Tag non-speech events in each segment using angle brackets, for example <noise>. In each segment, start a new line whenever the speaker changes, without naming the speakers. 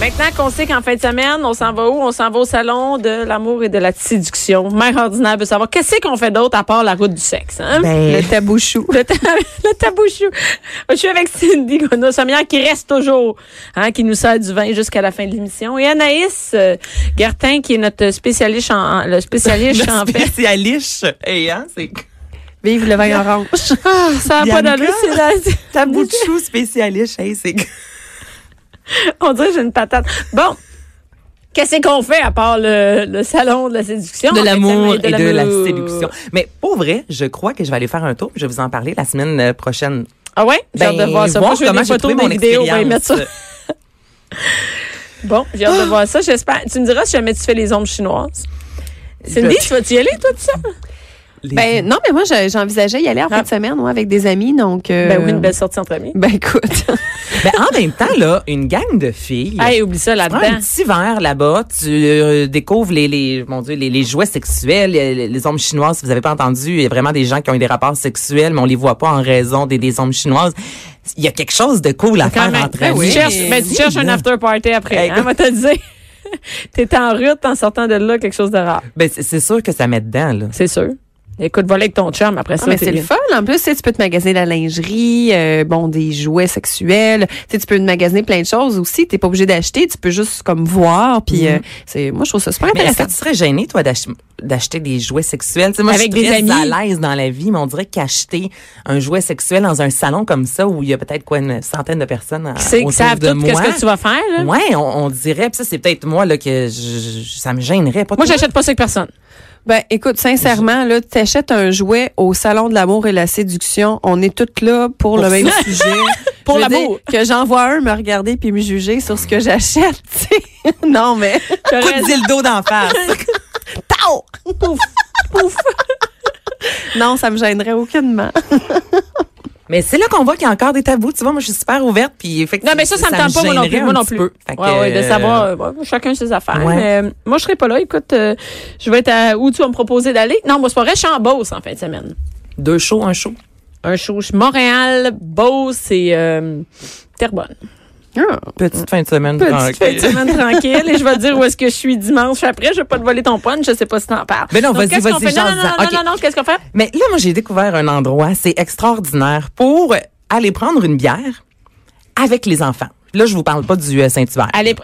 Maintenant qu'on sait qu'en fin de semaine, on s'en va où? On s'en va au salon de l'amour et de la séduction. Mère ordinaire veut savoir qu'est-ce qu'on fait d'autre à part la route du sexe. Hein?
Ben,
Le
<laughs>
tabouchou.
Le, ta- <laughs> le tabouchou. Je suis avec Cindy Gona-Sommière qui reste toujours, hein, qui nous sert du vin jusqu'à la fin de l'émission. Et Anaïs euh, Gertin, qui est notre spécialiste en, en- le
<laughs>
spécialiste en fait.
spécialiste. Et hein, c'est
Vive le
<laughs>
vin orange.
Ça n'a pas
Bianca.
d'allure, c'est
<laughs>
la-
tabouchou spécialiste. Hey, c'est
On dirait que j'ai une patate. Bon. Qu'est-ce qu'on fait à part le, le salon de la séduction?
de
En fait,
l'amour
Anaïs,
et de la
l'amour.
séduction. Mais pour vrai, je crois que je vais aller faire un tour. puis Je vais vous en parler la semaine euh, prochaine. Ben,
Ah ouais? J'ai hâte de voir ça. Moi, je fais
comment
des
j'ai trouvé
photos, des
mon
vidéos, on va y
expérience.
mettre ça. Bon, j'ai hâte de voir ça. J'espère. Tu me diras si jamais tu fais les ombres chinoises. Cindy, tu vas-tu y aller, toi, tout ça?
Les-
Ben, non, mais moi, j'ai- j'envisageais y aller en fin de semaine, moi, avec des amis, donc. euh,
Ben oui, une belle sortie entre amis.
<laughs> Ben, écoute.
Ben, en même temps, là, une gang de filles.
Hey, oublie ça
tu prends un
là-dedans.
petit verre là-bas, tu euh, découvres les, les, mon Dieu, les, les jouets sexuels, les, les ombres chinoises, si vous avez pas entendu, il y a vraiment des gens qui ont eu des rapports sexuels, mais on les voit pas en raison des, des ombres chinoises. Il y a quelque chose de cool à faire entre
Ben
amis.
tu cherches, mais tu cherches un after party après.
Hey,
Hein, on va te le dire. <laughs> T'es en route en sortant de là, quelque chose de rare.
Ben, c'est c'est sûr que ça met dedans, là.
C'est sûr. Écoute, voler avec ton chum après
Ah,
ça.
mais
t'es
c'est le
bien.
fun. En plus, tu sais, tu peux te magasiner de la lingerie, euh, bon, des jouets sexuels. Tu sais, tu peux te magasiner plein de choses aussi. T'es pas obligé d'acheter. Tu peux juste, comme, voir. Puis, euh, c'est, moi, je trouve ça super
Mais est-ce que
intéressant.
tu serais gêné, toi, d'ach- d'acheter des jouets sexuels? Tu sais, moi,
Avec
je suis
des
très
amis.
à l'aise dans la vie, mais on dirait qu'acheter un jouet sexuel dans un salon comme ça, où il y a peut-être quoi une centaine de personnes à,
Tu sais,
autour
ils savent
de
tout
moi.
qu'est-ce que tu vas faire. hein? là.
Ouais, on, on dirait, pis ça c'est peut-être moi là que je- je- ça me gênerait pas.
Moi,
toi?
j'achète pas ça avec personne.
Ben, écoute, sincèrement, là, t'achètes un jouet au Salon de l'amour et la séduction. On est toutes là pour, le
Pour
même
<laughs>
sujet.
Pour
Je veux dire
l'amour.
Que j'en vois un me regarder puis me juger sur ce que j'achète, <laughs> tu sais. Non, mais.
coup de dildo d'en face.
<laughs>
Tao! Pouf! Pouf! non, ça me gênerait aucunement.
mais c'est là qu'on voit qu'il y a encore des tabous, tu vois, moi je suis super ouverte puis effectivement
Non, mais ça, ça, me tente pas, moi non plus.
gênerait
Moi
un
non
petit
plus.
peu. Fait que,
ouais, ouais, de
euh,
savoir, euh, ouais, chacun ses affaires.
Ouais.
Mais, euh, moi, je serai pas là. Écoute, euh, je vais être à où tu vas me proposer d'aller. Non, moi, c'est pas vrai, je suis en Beauce en fin de semaine.
euh, deux shows, un show.
Un show, je suis Montréal, Beauce et euh, Terrebonne.
Petite fin de semaine. Ah,
Petite
tranquille.
fin de semaine tranquille. Et je vais te dire où est-ce que je suis dimanche après. Je vais pas te voler ton punch. Je sais pas si t'en parles.
Ben non,
Donc,
vas-y,
qu'est-ce qu'on
vas-y,
fait? Non, non, non,
j'en-
non,
ok.
non, non, qu'est-ce qu'on fait?
Mais là, moi, j'ai découvert un endroit, c'est extraordinaire, pour aller prendre une bière avec les enfants. Là, je vous parle pas du euh, Saint-Hubert.
Allez,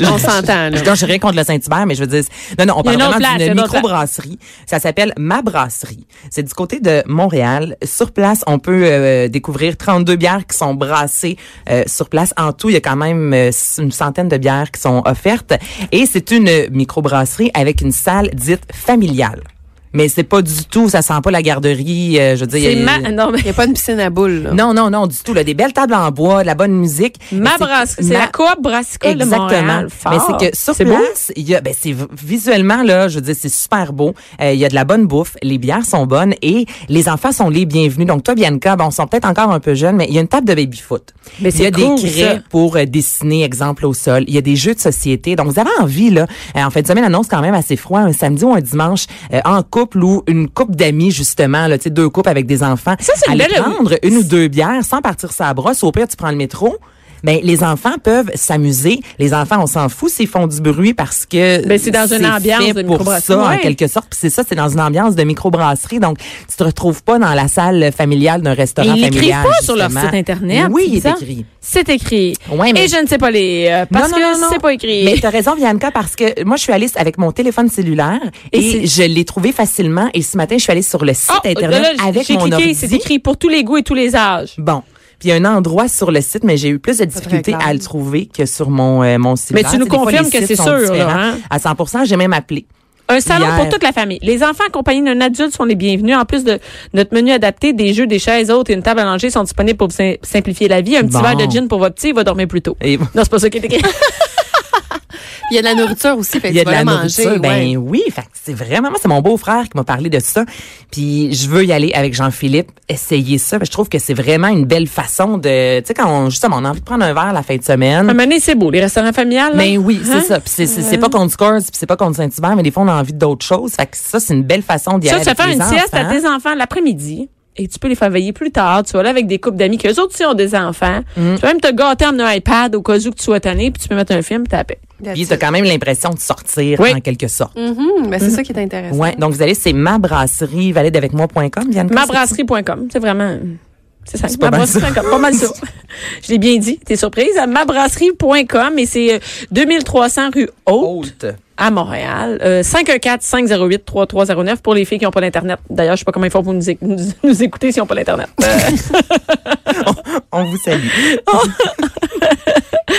On s'entend, là.
Non, j'ai rien contre le Saint-Hubert, mais je veux dire, non, non, on
Il y a
parle
une autre
vraiment
place, il y a
d'une
une autre
microbrasserie. Ça s'appelle Ma Brasserie. C'est du côté de Montréal. Sur place, on peut euh, découvrir 32 bières qui sont brassées euh, sur place. En tout, il y a quand même euh, une centaine de bières qui sont offertes. Et c'est une microbrasserie avec une salle dite familiale. Mais c'est pas du tout, ça sent pas la garderie, euh, je veux dire.
c'est
il y a-
ma, non, mais
Il n'y a pas une piscine à boules, là.
Non, non, non, du tout. Là, des belles tables en bois, de la bonne musique.
ma
C'est-
brasserie. C'est
Ma-
la coop brassicole de
Exactement.
Montréal. Fort.
Mais c'est que sur
C'est beau?
place, il y a, ben c'est v- visuellement là, je veux dire, c'est super beau. Euh, il y a de la bonne bouffe, les bières sont bonnes et les enfants sont les bienvenus. Donc toi, Bianca, bon, sont peut-être encore un peu jeunes, mais il y a une table de baby foot.
Mais
il y a
c'est cool,
des craies
ça.
pour euh, dessiner, exemple au sol. Il y a des jeux de société. Donc vous avez envie là, euh, en fin de semaine, annonce quand même assez froid, un samedi ou un dimanche euh, en couple ou une couple d'amis justement, là, tu sais, deux couples avec des enfants.
Ça, c'est une
Aller
belle-
prendre une ou deux bières sans partir sa brosse. Au pire, tu prends le métro. Ben, les enfants peuvent s'amuser. Les enfants, on s'en fout s'ils font du bruit parce que
Ben, c'est dans une ambiance
fait
de
pour
microbrasserie.
ça, en
Ouais.
quelque sorte. Puis c'est ça, c'est dans une ambiance de microbrasserie. Donc, tu te retrouves pas dans la salle familiale d'un restaurant
Mais ils l'écrivent
familial.
pas sur leur
justement.
site Internet,
Oui,
c'est
il est
ça?
écrit.
C'est écrit.
Ouais, mais-
Et je ne sais pas les euh, parce
Non, non,
que
non, non.
c'est pas écrit.
Mais t'as raison, Bianca, parce que moi, je suis allée avec mon téléphone cellulaire
Et
et, je l'ai trouvé facilement. Et ce matin, je suis allée sur le site
Ah,
Internet
là, là,
avec
j'ai
mon
cliqué,
ordi.
c'est écrit pour tous les goûts et tous les âges.
Bon. Puis il y a un endroit sur le site, mais j'ai eu plus de difficultés
clair.
à le trouver que sur mon, euh, mon site.
tu nous confirmes que c'est sûr, là, hein?
À 100 j'ai même appelé.
Un salon
Hier.
pour toute la famille. Les enfants accompagnés d'un adulte sont les bienvenus. En plus de notre menu adapté, des jeux, des chaises hautes et une table à langer sont disponibles pour vous sim- simplifier la vie. Un petit
Bon.
verre de gin pour votre petit, il va dormir plus tôt.
Et- <laughs>
Non, c'est pas ça qui est écrit.
Il y a de la nourriture aussi, fait que
Il y a
tu
de la
vas la manger.
nourriture. Ben
ouais.
oui, fait que c'est vraiment, moi, c'est mon beau-frère qui m'a parlé de ça. Puis je veux y aller avec Jean-Philippe, essayer ça. parce que je trouve que c'est vraiment une belle façon de, tu sais, quand on, justement, on a envie de prendre un verre la fin de semaine.
À un moment donné, c'est beau, les restaurants familiales. là.
Mais Ben oui, c'est
Hein?
ça. Puis c'est, c'est, c'est pas contre Scores, puis c'est pas contre Saint-Hubert, mais des fois, on a envie d'autres choses. Fait que ça, c'est une belle façon d'y
Ça,
aller.
tu vas
avec
faire
les
une sieste à
enfants.
tes enfants l'après-midi et tu peux les faire veiller plus tard. Tu vas là avec des couples d'amis qui eux autres aussi ont des enfants.
Mm.
Tu peux même te gâter en amenant un iPad au cas où que tu sois tanné, puis tu peux mettre un film, taper.
Puis t'as quand même l'impression de sortir,
Oui. Mm-hmm.
en quelque sorte.
Mhm, ben c'est ça qui est intéressant.
Mm-hmm. Ouais, donc vous allez, c'est ma brasserie valaideavecmoi.com, Bianca.
Mabrasserie.com, c'est vraiment c'est ça,
C'est pas mal ça.
mabrasserie.com, pas mal
<laughs>
ça. Je l'ai bien dit, t'es surprise à mabrasserie.com et c'est euh, 2300 rue Haute.
Haute.
à Montréal. Euh, 514-508-3309 pour les filles qui n'ont pas d'Internet. D'ailleurs, je sais pas comment ils font pour nous, éc- nous- nous écouter s'ils n'ont pas
<laughs>
l'Internet.
On vous salue.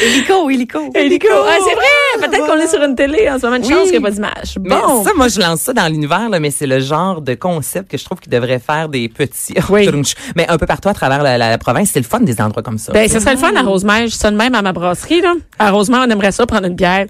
Illico, illico.
Hélico! Ah, c'est vrai! Peut-être qu'on est sur une télé en ce moment. Une
Oui.
chance qu'il n'y a pas d'image.
Mais
Bon!
ça, moi, je lance ça dans l'univers, là, mais c'est le genre de concept que je trouve qu'ils devraient faire des petits.
Oui.
mais un peu partout à travers la, la- la province, c'est le fun des endroits comme ça.
ben, ça serait le fun à Rosemère. Je sonne même à ma brasserie, là. À Rosemère, on aimerait ça prendre une bière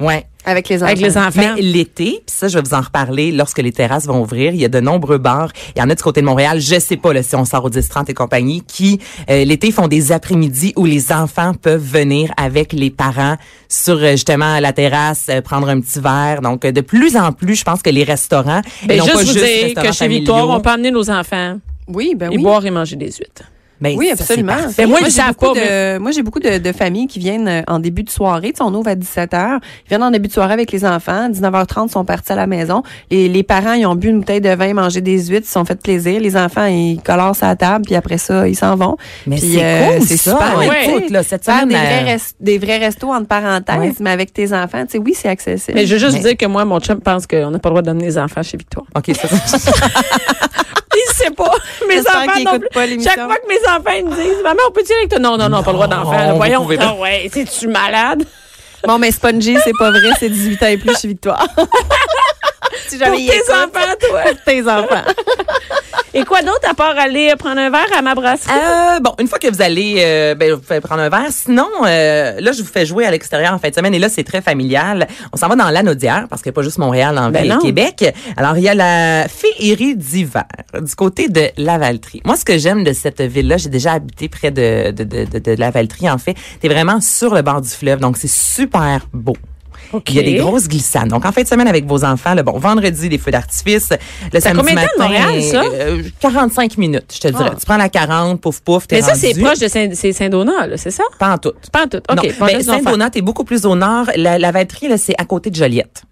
ouais.
Avec les enfants.
avec les enfants.
Mais l'été, puis ça, je vais vous en reparler lorsque les terrasses vont ouvrir. Il y a de nombreux bars. Il y en a du côté de Montréal. Je sais pas là, si on sort au 10-30 et compagnie, qui euh, l'été font des après-midi où les enfants peuvent venir avec les parents sur euh, justement la terrasse, euh, prendre un petit verre. Donc, euh, de plus en plus, je pense que les restaurants. et
Ben,
non
juste
pas
vous dire
restaurants
que chez Victoire,
familiaux,
on peut emmener nos enfants
Oui, ben
et
oui.
boire et manger des huîtres.
ben,
Oui,
ça, c'est
absolument.
parfait.
Ben, moi, je
j'ai
savais
beaucoup
pas,
de- Moi, j'ai beaucoup de, de familles qui viennent euh, en début de soirée. Tu sais, on ouvre à 17h. Ils viennent en début de soirée avec les enfants. 19h30, ils sont partis à la maison. Et les parents, ils ont bu une bouteille de vin, mangé des huîtres, ils se sont fait plaisir. Les enfants, ils colorent sa table, puis après ça, ils s'en vont.
Mais
Puis,
c'est
euh,
cool,
c'est
ça.
super.
Ouais.
Écoute, là, cette
Faire
semaine,
des
euh,
vrais, res- des vrais restos entre parenthèses,
Ouais.
mais avec tes enfants, tu sais, oui, c'est accessible.
Mais je veux juste
Mais-
dire <laughs> que moi, mon chum pense qu'on n'a pas le droit d'amener les enfants chez Victoire.
OK, ça, c'est-
Il sait pas. Mes
J'espère
enfants
qu'ils
non
écoutent
plus.
pas l'émission.
Chaque fois que mes enfants ils me disent Maman, on peut dire avec toi? Non, non, non, pas le droit d'en
Non,
faire. là.
vous
Voyons.
pouvez
Ah
pas.
ouais, c'est-tu malade?
Bon, mais Spongy, c'est pas vrai, c'est 18 ans et plus chez Victoire. <laughs> si
Pour
jamais ils
tes
écoutent.
enfants, toi.
tes enfants.
<laughs> Et quoi d'autre à part aller prendre un verre à ma brasserie?
<laughs> Euh, bon, une fois que vous allez euh, ben, vous pouvez prendre un verre, sinon euh, là je vous fais jouer à l'extérieur en fin de semaine et là c'est très familial. On s'en va dans l'Anaudière parce qu'il n'y a pas juste Montréal en
Ben
ville
non.
Québec. Alors il y a la féerie d'hiver du côté de Lavaltrie. Moi ce que j'aime de cette ville-là, j'ai déjà habité près de de, de, de, de Lavaltrie en fait. T'es vraiment sur le bord du fleuve, donc c'est super beau.
OK.
Il y a des grosses glissades. Donc, en fin de semaine avec vos enfants, le bon vendredi, les feux d'artifice. Le samedi
combien de temps de
matin,
Montréal, ça?
euh, 45 minutes, je te dirais. Tu prends la 40, pouf, pouf, t'es
Ah. Mais ça, c'est
rendu.
proche de Saint- c'est Saint-Donat, là, c'est ça?
Pas en tout.
Pas en tout.
Non.
OK. bon,
Ben,
laisse donc faire.
Saint-Donat, t'es beaucoup plus au nord. La, la Valtrie, là, c'est à côté de Joliette.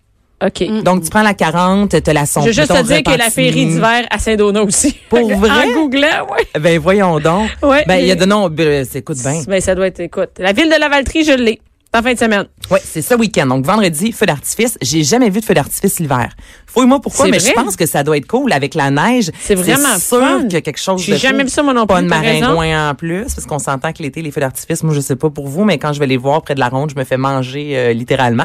OK.
Donc, tu prends la 40, t'as la sonde.
Je veux juste te dire que la féerie d'hiver à Saint-Donat aussi. <laughs>
Pour
En
vrai?
googlant, oui.
Ben, voyons donc.
Ouais,
ben, il y a
mais-
de noms. euh, c'est- Écoute bien.
Ben, ça doit être, écoute. La ville de la Valtrie, je l'ai. En fin de semaine.
Oui, c'est ce week-end. Donc, vendredi, feu d'artifice. J'ai jamais vu de feu d'artifice l'hiver. Fouille-moi pourquoi,
C'est
mais
vrai?
je pense que ça doit être cool avec la neige.
C'est vraiment
sûr
fun.
qu'il y a quelque chose
J'ai
de
jamais
cool.
vu ça, moi non
Pas
plus,
de
t'as raison.
maringouin en plus, parce qu'on s'entend que l'été, les feux d'artifice, moi, je sais pas pour vous, mais quand je vais les voir près de la ronde, je me fais manger euh, littéralement.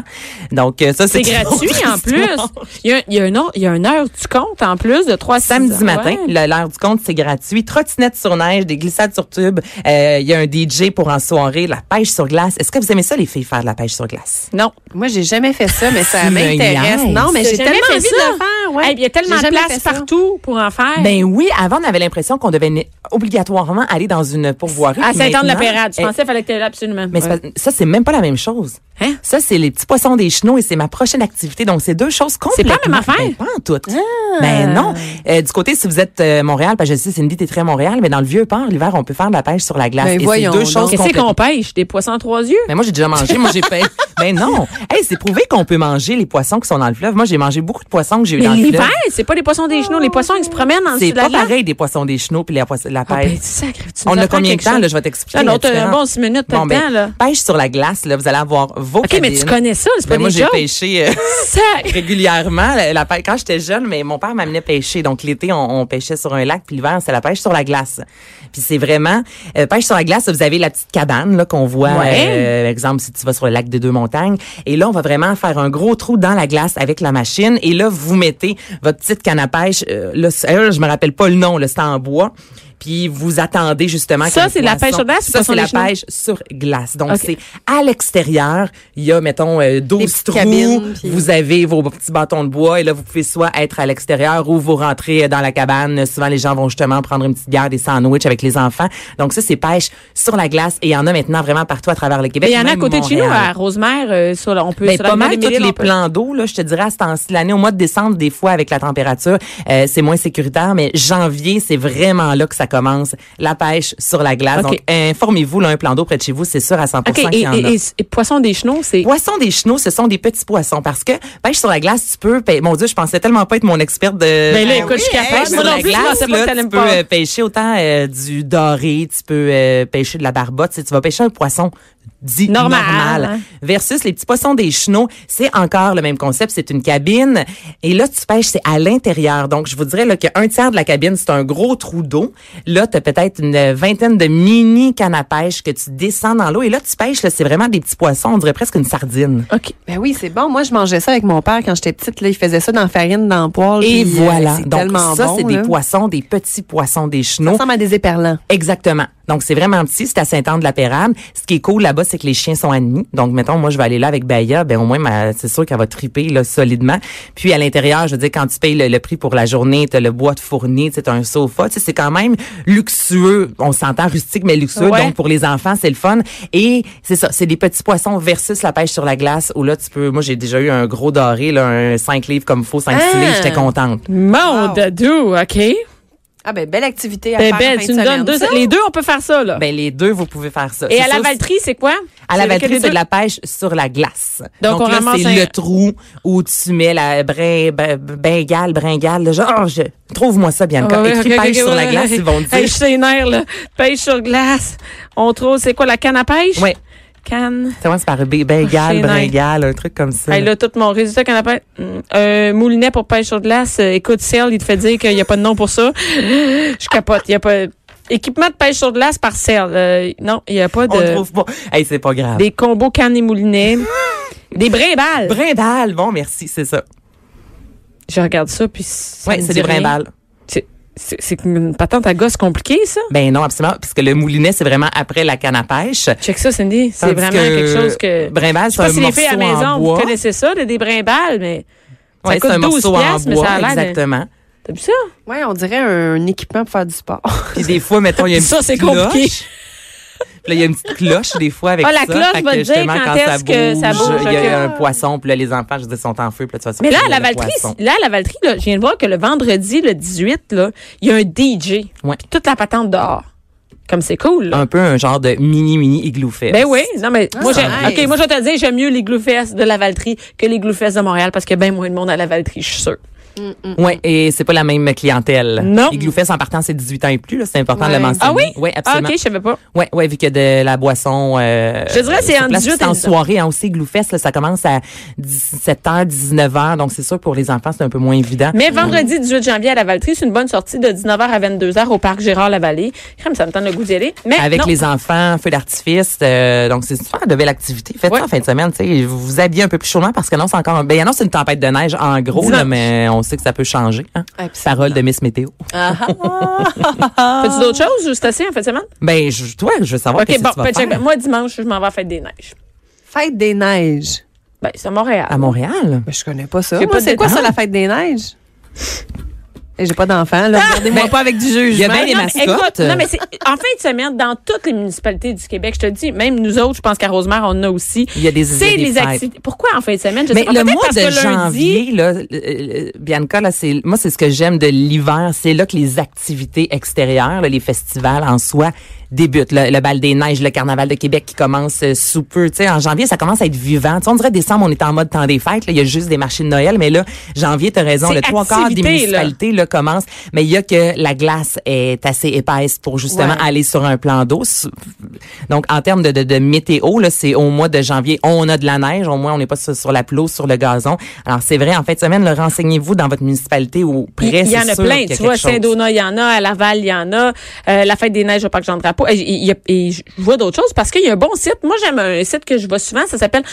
Donc, euh, ça,
C'est
c'est une autre
gratuit
<laughs>
en plus.
histoire.
Il y a, il y a un autre- il y a une heure du compte en plus de 3
Samedi matin, le- l'heure du compte, c'est gratuit. Trottinette sur neige, des glissades sur tube. Euh, Il y a un DJ pour en soirée, la pêche sur glace. Est-ce que vous aimez ça, les filles, faire de la pêche sur glace?
Non.
Moi, j'ai jamais fait ça, mais ça
Tu me
m'intéresse.
niaises.
Non, mais
T'as
j'ai
jamais
tellement
fait
envie
ça?
de le faire.
Eh
Ouais.
bien, Il y a tellement
J'ai
de
jamais
place
fait ça.
partout pour en faire.
Ben oui, avant on avait l'impression qu'on devait né- obligatoirement aller dans une pourvoirie.
à
puis
Saint-Anne-de-la-Pérade. Je
maintenant,
pensais qu'il fallait que tu là absolument.
eh, Mais c'est
Ouais.
pas- ça, c'est même pas la même chose.
Hein?
Ça, c'est les petits poissons des chenaux et c'est ma prochaine activité. Donc, c'est deux choses
la
complètement...
même affaire? Ah.
Ben, pas en tout. Ben non. Euh, du côté, si vous êtes euh, Montréal, parce que je sais, Cindy, t'es très Montréal, mais dans le Vieux-Port, l'hiver, on peut faire de la pêche sur la glace.
Ben,
et c'est
voyons
deux
donc.
choses
Qu'est-ce
complètement-
qu'on pêche? Des poissons à trois yeux?
mais moi, j'ai déjà mangé. Moi, j'ai fait.
<laughs>
Mais non. Hey, c'est prouvé qu'on peut manger les poissons qui sont dans le fleuve. Moi, j'ai mangé beaucoup de poissons que j'ai eu dans
Mais
le
l'hiver,
fleuve.
c'est pas les poissons des chenaux. Les poissons, ils se promènent dans le
C'est
sud de la
pas
glace.
pareil des poissons des chenaux puis la, poisse- la
Ah,
pêche.
ben, sacré, tu nous
On a
apprends
combien de
quelque
temps?
chose.
Là, je vais t'expliquer.
Ah non,
la
t'as un
différence.
bon six minutes, t'as
Bon,
le
ben,
temps, là.
Pêche sur la glace, là, vous allez avoir vos
OK, mais tu
cabines.
connais ça, c'est pas
Ben, moi,
des
j'ai
jokes.
pêché euh, <laughs>
Sac-
régulièrement. La, la pêche, quand j'étais jeune, mais mon père m'amenait pêcher. Donc, l'été, on, on pêchait sur un lac, puis l'hiver, c'est la pêche sur la glace. Puis c'est vraiment... euh, pêche sur la glace, vous avez la petite cabane là qu'on voit,
Ouais.
euh, exemple, si tu vas sur le lac des Deux-Montagnes. Et là, on va vraiment faire un gros trou dans la glace avec la machine. Et là, vous mettez votre petite canne à pêche. euh, là, c'est- euh, je me rappelle pas le nom, là, c'est en bois. puis vous attendez justement.
Ça,
que le
c'est la pêche
poisson-
sur glace ou
Ça,
poisson
c'est la
d'échine?
pêche sur glace. Donc,
OK.
c'est à l'extérieur. Il y a, mettons, euh, 12
petites
trous.
cabines, puis-
Vous avez vos petits bâtons de bois et là, vous pouvez soit être à l'extérieur ou vous rentrez dans la cabane. Souvent, les gens vont justement prendre une petite bière, des sandwichs avec les enfants. Donc, ça, c'est pêche sur la glace et il y en a maintenant vraiment partout à travers le Québec.
Mais il y en a à
même
côté de chez nous,
Montréal.
à Rosemère, euh, sur, la- on peut
Ben,
sur la
pas
rivière
mal
des
tous
Mille-Îles,
les
on peut-
plans d'eau là, je te dirais à ce temps-ci de l'année au mois de décembre des fois avec la température, euh, c'est moins sécuritaire mais janvier, c'est vraiment là que ça commence la pêche sur la glace.
OK.
Donc informez-vous là un plan d'eau près de chez vous, c'est sûr à 100
OK, et,
qu'il y en a.
et- et- et poisson des chenaux, c'est...
Poissons des chenaux, ce sont des petits poissons parce que pêche sur la glace, tu peux. pê- Mon Dieu, je pensais tellement pas être mon experte de.
Ben là,
Ah
écoute,
oui,
je suis capable.
pêche
Moi
sur
non
la
plus, je
glace,
pensais pas
là,
que t'allais me
tu peux
parler.
euh, pêcher autant euh, du doré, tu peux euh, pêcher de la barbotte. Tu sais, tu vas pêcher un poisson dit
Normal,
normal,
hein.
versus les petits poissons des chenaux, c'est encore le même concept, c'est une cabine et là tu pêches c'est à l'intérieur. Donc je vous dirais là que un tiers de la cabine, c'est un gros trou d'eau. Là tu as peut-être une vingtaine de mini cannes à pêche que tu descends dans l'eau et là tu pêches là, c'est vraiment des petits poissons, on dirait presque une sardine.
OK.
Ben oui, c'est bon. Moi, je mangeais ça avec mon père quand j'étais petite. Là, il faisait ça dans la farine, dans le poêle.
Et
puis, euh,
voilà.
c'est
Donc
tellement
ça
bon,
c'est des
là.
poissons, des petits poissons des
Ça
chenaux.
ressemble à des éperlans.
Exactement. Donc, c'est vraiment petit. C'est à Saint-Anne-de-la-Pérade. Ce qui est cool là-bas, c'est que les chiens sont admis. Donc, mettons, moi, je vais aller là avec Baya. Ben, au moins, ma- c'est sûr qu'elle va triper, là, solidement. Puis, à l'intérieur, je veux dire, quand tu payes le, le prix pour la journée, t'as le bois de fourni, t'as un sofa. Tu sais, c'est quand même luxueux. On s'entend rustique, mais luxueux.
Ouais.
Donc, pour les enfants, c'est le fun. Et c'est ça. C'est des petits poissons versus la pêche sur la glace où là, tu peux, moi, j'ai déjà eu un gros doré, là, un 5 livres comme faux, 5
Ah!
livres. J'étais contente.
Mon
Wow.
dadou, OK.
Ah ben, belle activité à
Ben,
faire
belle,
en fin
tu
de
me
semaine.
donnes deux...
Ça,
Les deux, on peut faire ça, là.
Ben, les deux, vous pouvez faire ça.
et
C'est
à la
sûr,
Valtrie, c'est quoi?
À la
C'est lequel
batterie,
des
c'est
deux?
de la pêche sur la glace.
Donc,
Donc,
on
là,
ramasse
c'est
un-
le trou où tu mets la brin, brin- bringale, bringale. là, genre, oh, je... trouve-moi ça, Bianca.
Ah ouais,
Écris
ok,
pêche
ok,
sur la
ouais,
glace,
ouais.
ils vont te
Hey, je
dire.
suis les nerfs, là. Pêche sur glace. On trouve, c'est quoi, la canne à pêche?
Ouais.
Canne.
Ça commence par b-
Oh,
bengale,
c'est nice.
bringale, un truc comme ça.
Hey, là, tout mon résultat canne à pêche. Hum, Un moulinet pour pêche sur glace. Euh, Écoute, Cell, il te fait dire qu'il n'y a pas de nom pour ça. je capote. Il n'y a pas... Équipement de pêche sur glace par Cell. Euh, non, il n'y a pas de...
On trouve pas. Hey, c'est pas grave.
Des combos canne et
<laughs>
moulinet. des brimbales.
Bringale, bon, merci, c'est ça.
Je regarde ça, puis... ça
Ouais,
me
c'est
dit
des
rien.
brimbales.
C'est c'est une patente à gosse compliquée, ça.
Ben non, absolument, puisque le moulinet, c'est vraiment après la canne à pêche.
Check ça, Cindy. C'est
Tandis
vraiment quelque chose que...
Brimbale,
Je
c'est
sais pas
un
si les filles à la
morceau en
maison, vous
bois.
connaissez ça, là, des brimbales, mais ça
Ouais,
coûte
c'est un
12
morceau en
piastres, mais ça a
bois,
l'air de-
exactement.
t'as vu ça?
Ouais, on dirait un équipement pour faire
<laughs>
du sport.
Puis des fois, mettons, il y a une
Ça, c'est
petite cloche.
compliqué.
Puis là, il y a une petite cloche des fois avec
Ah, la
ça.
cloche
Fait
va te
que
dire
justement,
quand
quand,
est-ce que ça
ça
bouge,
bouge, il y
ok.
a un poisson. Puis là, les enfants, je dis, sont en feu. Puis là, tu vas
Mais là, à
sortir
la
le
Valtrie,
poisson.
là, à la Valtrie, là, je viens de voir que le vendredi, le 18, là, il y a un DJ.
Ouais.
Puis toute la patente dehors. Comme c'est cool, là.
Un peu un genre de mini-mini igloo fest.
Ben oui, non mais
Ah,
moi j'ai
nice.
OK, moi je vais te dire j'aime mieux les Gloufest de la Valtrie que les Gloufest de Montréal parce que ben moins de monde à la Valtrie, je suis sûre.
Ouais, et c'est pas la même clientèle.
Non.
Igloo fest en partant, c'est 18 ans et plus. là, C'est important
Ouais.
de le mentionner.
Ah oui?
Oui,
Ah
absolument.
OK, je savais pas.
Ouais, ouais, vu que de la boisson. euh,
Je dirais c'est
sur
en
place,
18
c'est
et
en
19.
soirée hein, aussi igloo fest là, ça commence à 17h 19h donc c'est sûr pour les enfants c'est un peu moins évident.
Mais vendredi 18 janvier à la Valtrie, c'est une bonne sortie de 19h à 22h au parc Gérard Lavallée. Crème, ça me tente le goût d'y aller. Mais
<laughs> avec
non.
les enfants, feu d'artifice. euh, donc, c'est super de belle activité. Faites
Ouais.
ça en fin de semaine. tu sais, Vous vous habillez un peu plus chaudement parce que non, c'est encore... un- Ben, il annonce une tempête de neige, en gros, là,
Dimanche.
mais on sait que ça peut changer. Hein?
Absolument.
Parole de Miss Météo.
Fais-tu d'autres choses ou c'est assez en fait semaine?
Ben, je, toi, je veux savoir
OK,
Ah. qu'est-ce
bon,
que tu vas
ben, check,
faire
ben, moi dimanche, je m'en vais à Fête des Neiges.
<laughs> Fête des neiges.
Ben, c'est à Montréal.
à Montréal.
Mais je connais pas ça.
J'ai
Moi,
pas
c'est
de-
quoi ça,
Ah.
la fête des neiges? Et j'ai pas d'enfant, là. <laughs> Regardez-moi pas avec du jugement.
Ben, Il y a bien des
non, mais écoute,
mascottes.
non, mais c'est <laughs> en fin de semaine, dans toutes les municipalités du Québec, je te dis, même nous autres, je pense qu'à Rosemère, on en a aussi.
Il y a des- il y
C'est
a des
les
fêtes.
activités. Pourquoi en fin de semaine? Je
Mais
sais pas.
le
Peut-être
mois
parce
de
que lundi-
janvier, là, euh, euh, Bianca, là, c'est, moi, c'est ce que j'aime de l'hiver. C'est là que les activités extérieures, là, les festivals en soi, débutent. Le, le bal des neiges, le carnaval de Québec qui commence euh, sous peu. Tu sais, en janvier, ça commence à être vivant. Tu sais, on dirait décembre, on est en mode temps des fêtes. là. Il y a juste des marchés de Noël. Mais là, janvier, t'as raison.
C'est
Le trois quarts des
activité, là.
municipalités, là, commencent. Mais il y a que la glace est assez épaisse pour justement
Ouais.
aller sur un plan d'eau. Donc, en termes de, de, de météo, là, c'est au mois de janvier, on a de la neige, au moins on n'est pas sur, sur la pelouse, sur le gazon. Alors, c'est vrai, en fin de semaine, là, renseignez-vous dans votre municipalité ou
Il
près,
il y en
c'est
a
sûr
plein,
qu'il y a
tu vois,
quelque chose.
Saint-Donat, il y en a, à Laval, il y en a, Euh, la fête des neiges au parc Jean peau. Et, il y a- et je vois d'autres choses parce qu'il y a un bon site. Moi, j'aime un site que je vois souvent. Ça s'appelle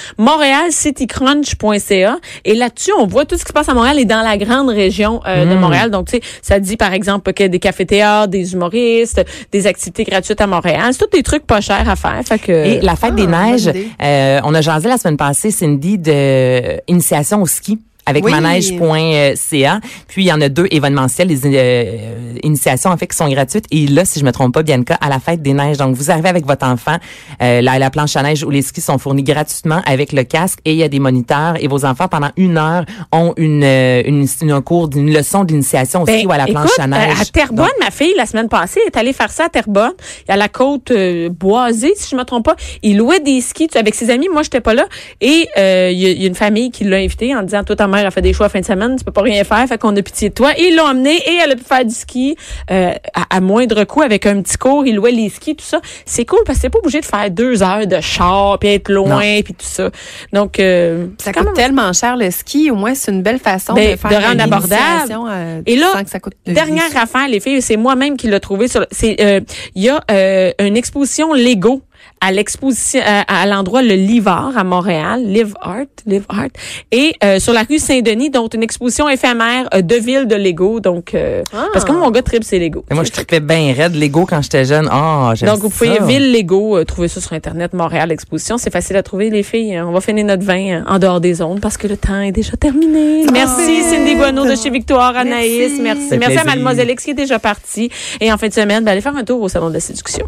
montrealcitycrunch.ca. Et là-dessus, on voit tout ce qui se passe à Montréal et dans la grande région euh,
Hmm.
de Montréal. Donc, tu sais, ça dit, par exemple, qu'il y a des cafés-théâtres, des humoristes, des activités gratuites à Montréal. C'est tous des trucs pas chers à faire. Fait que...
Et la
ah,
fête des
bonne
neiges,
idée.
euh, on a jasé la semaine passée, Cindy, de euh, initiation au ski avec
Oui.
manège.ca. Puis, il y en a deux événementiels, les euh, initiations, en fait, qui sont gratuites. Et là, si je me trompe pas, Bianca, à la fête des neiges. Donc, vous arrivez avec votre enfant, euh, la, la planche à neige ou les skis sont fournis gratuitement avec le casque et il y a des moniteurs. Et vos enfants, pendant une heure, ont une, euh, une, une- un cours, d'une leçon d'initiation au
Ben,
ski ou à la planche
écoute,
à neige.
euh, à Terrebonne, ma fille, la semaine passée, est allée faire ça à Terrebonne, à la côte euh, boisée, si je me trompe pas. Il louait des skis tu- avec ses amis. Moi, j'étais pas là. Et euh, il y, a- il y a une famille qui l'a invité en disant, toi, ta mère a fait des choix la fin de semaine, tu peux pas rien faire, fait qu'on a pitié de toi. Et ils l'ont amené et elle a pu faire du ski euh, à, à moindre coût avec un petit cours. Il louait les skis, tout ça. C'est cool parce que t'es pas obligé de faire deux heures de char, puis être loin, puis tout ça. Donc, euh,
Ça
c'est quand
coûte
même-
tellement cher le ski. Au moins, c'est une belle façon
Ben,
de faire
de rendre
une
abordable.
initiation, euh,
Et là,
sans que ça coûte de-
Dernière affaire, les filles, c'est moi-même qui l'ai trouvé. sur. C'est euh, il y a euh, une exposition Lego à l'exposition euh, à, à l'endroit le Livard à Montréal, Live Art, Live Art, et euh, sur la rue Saint-Denis, donc une exposition éphémère euh, de ville de Lego. Donc euh, parce que moi, mon gars tripe c'est Lego.
Mais moi, je tripais bien raide Lego quand j'étais jeune. Ah, j'aime
Donc, vous pouvez
ça.
Ville Lego, euh, trouver ça sur Internet, Montréal Exposition. C'est facile à trouver, les filles. On va finir notre vin euh, en dehors des ondes parce que le temps est déjà terminé. Merci, Cindy Guano de chez Victoire, Anaïs. Merci.
fait
Merci, à
plaisir.
Mademoiselle X qui est déjà partie.
Mhm.
Et en fin de semaine, ben, allez faire un tour au Salon de la séduction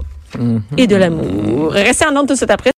et de l'amour. Restez en ondes tout de suite après.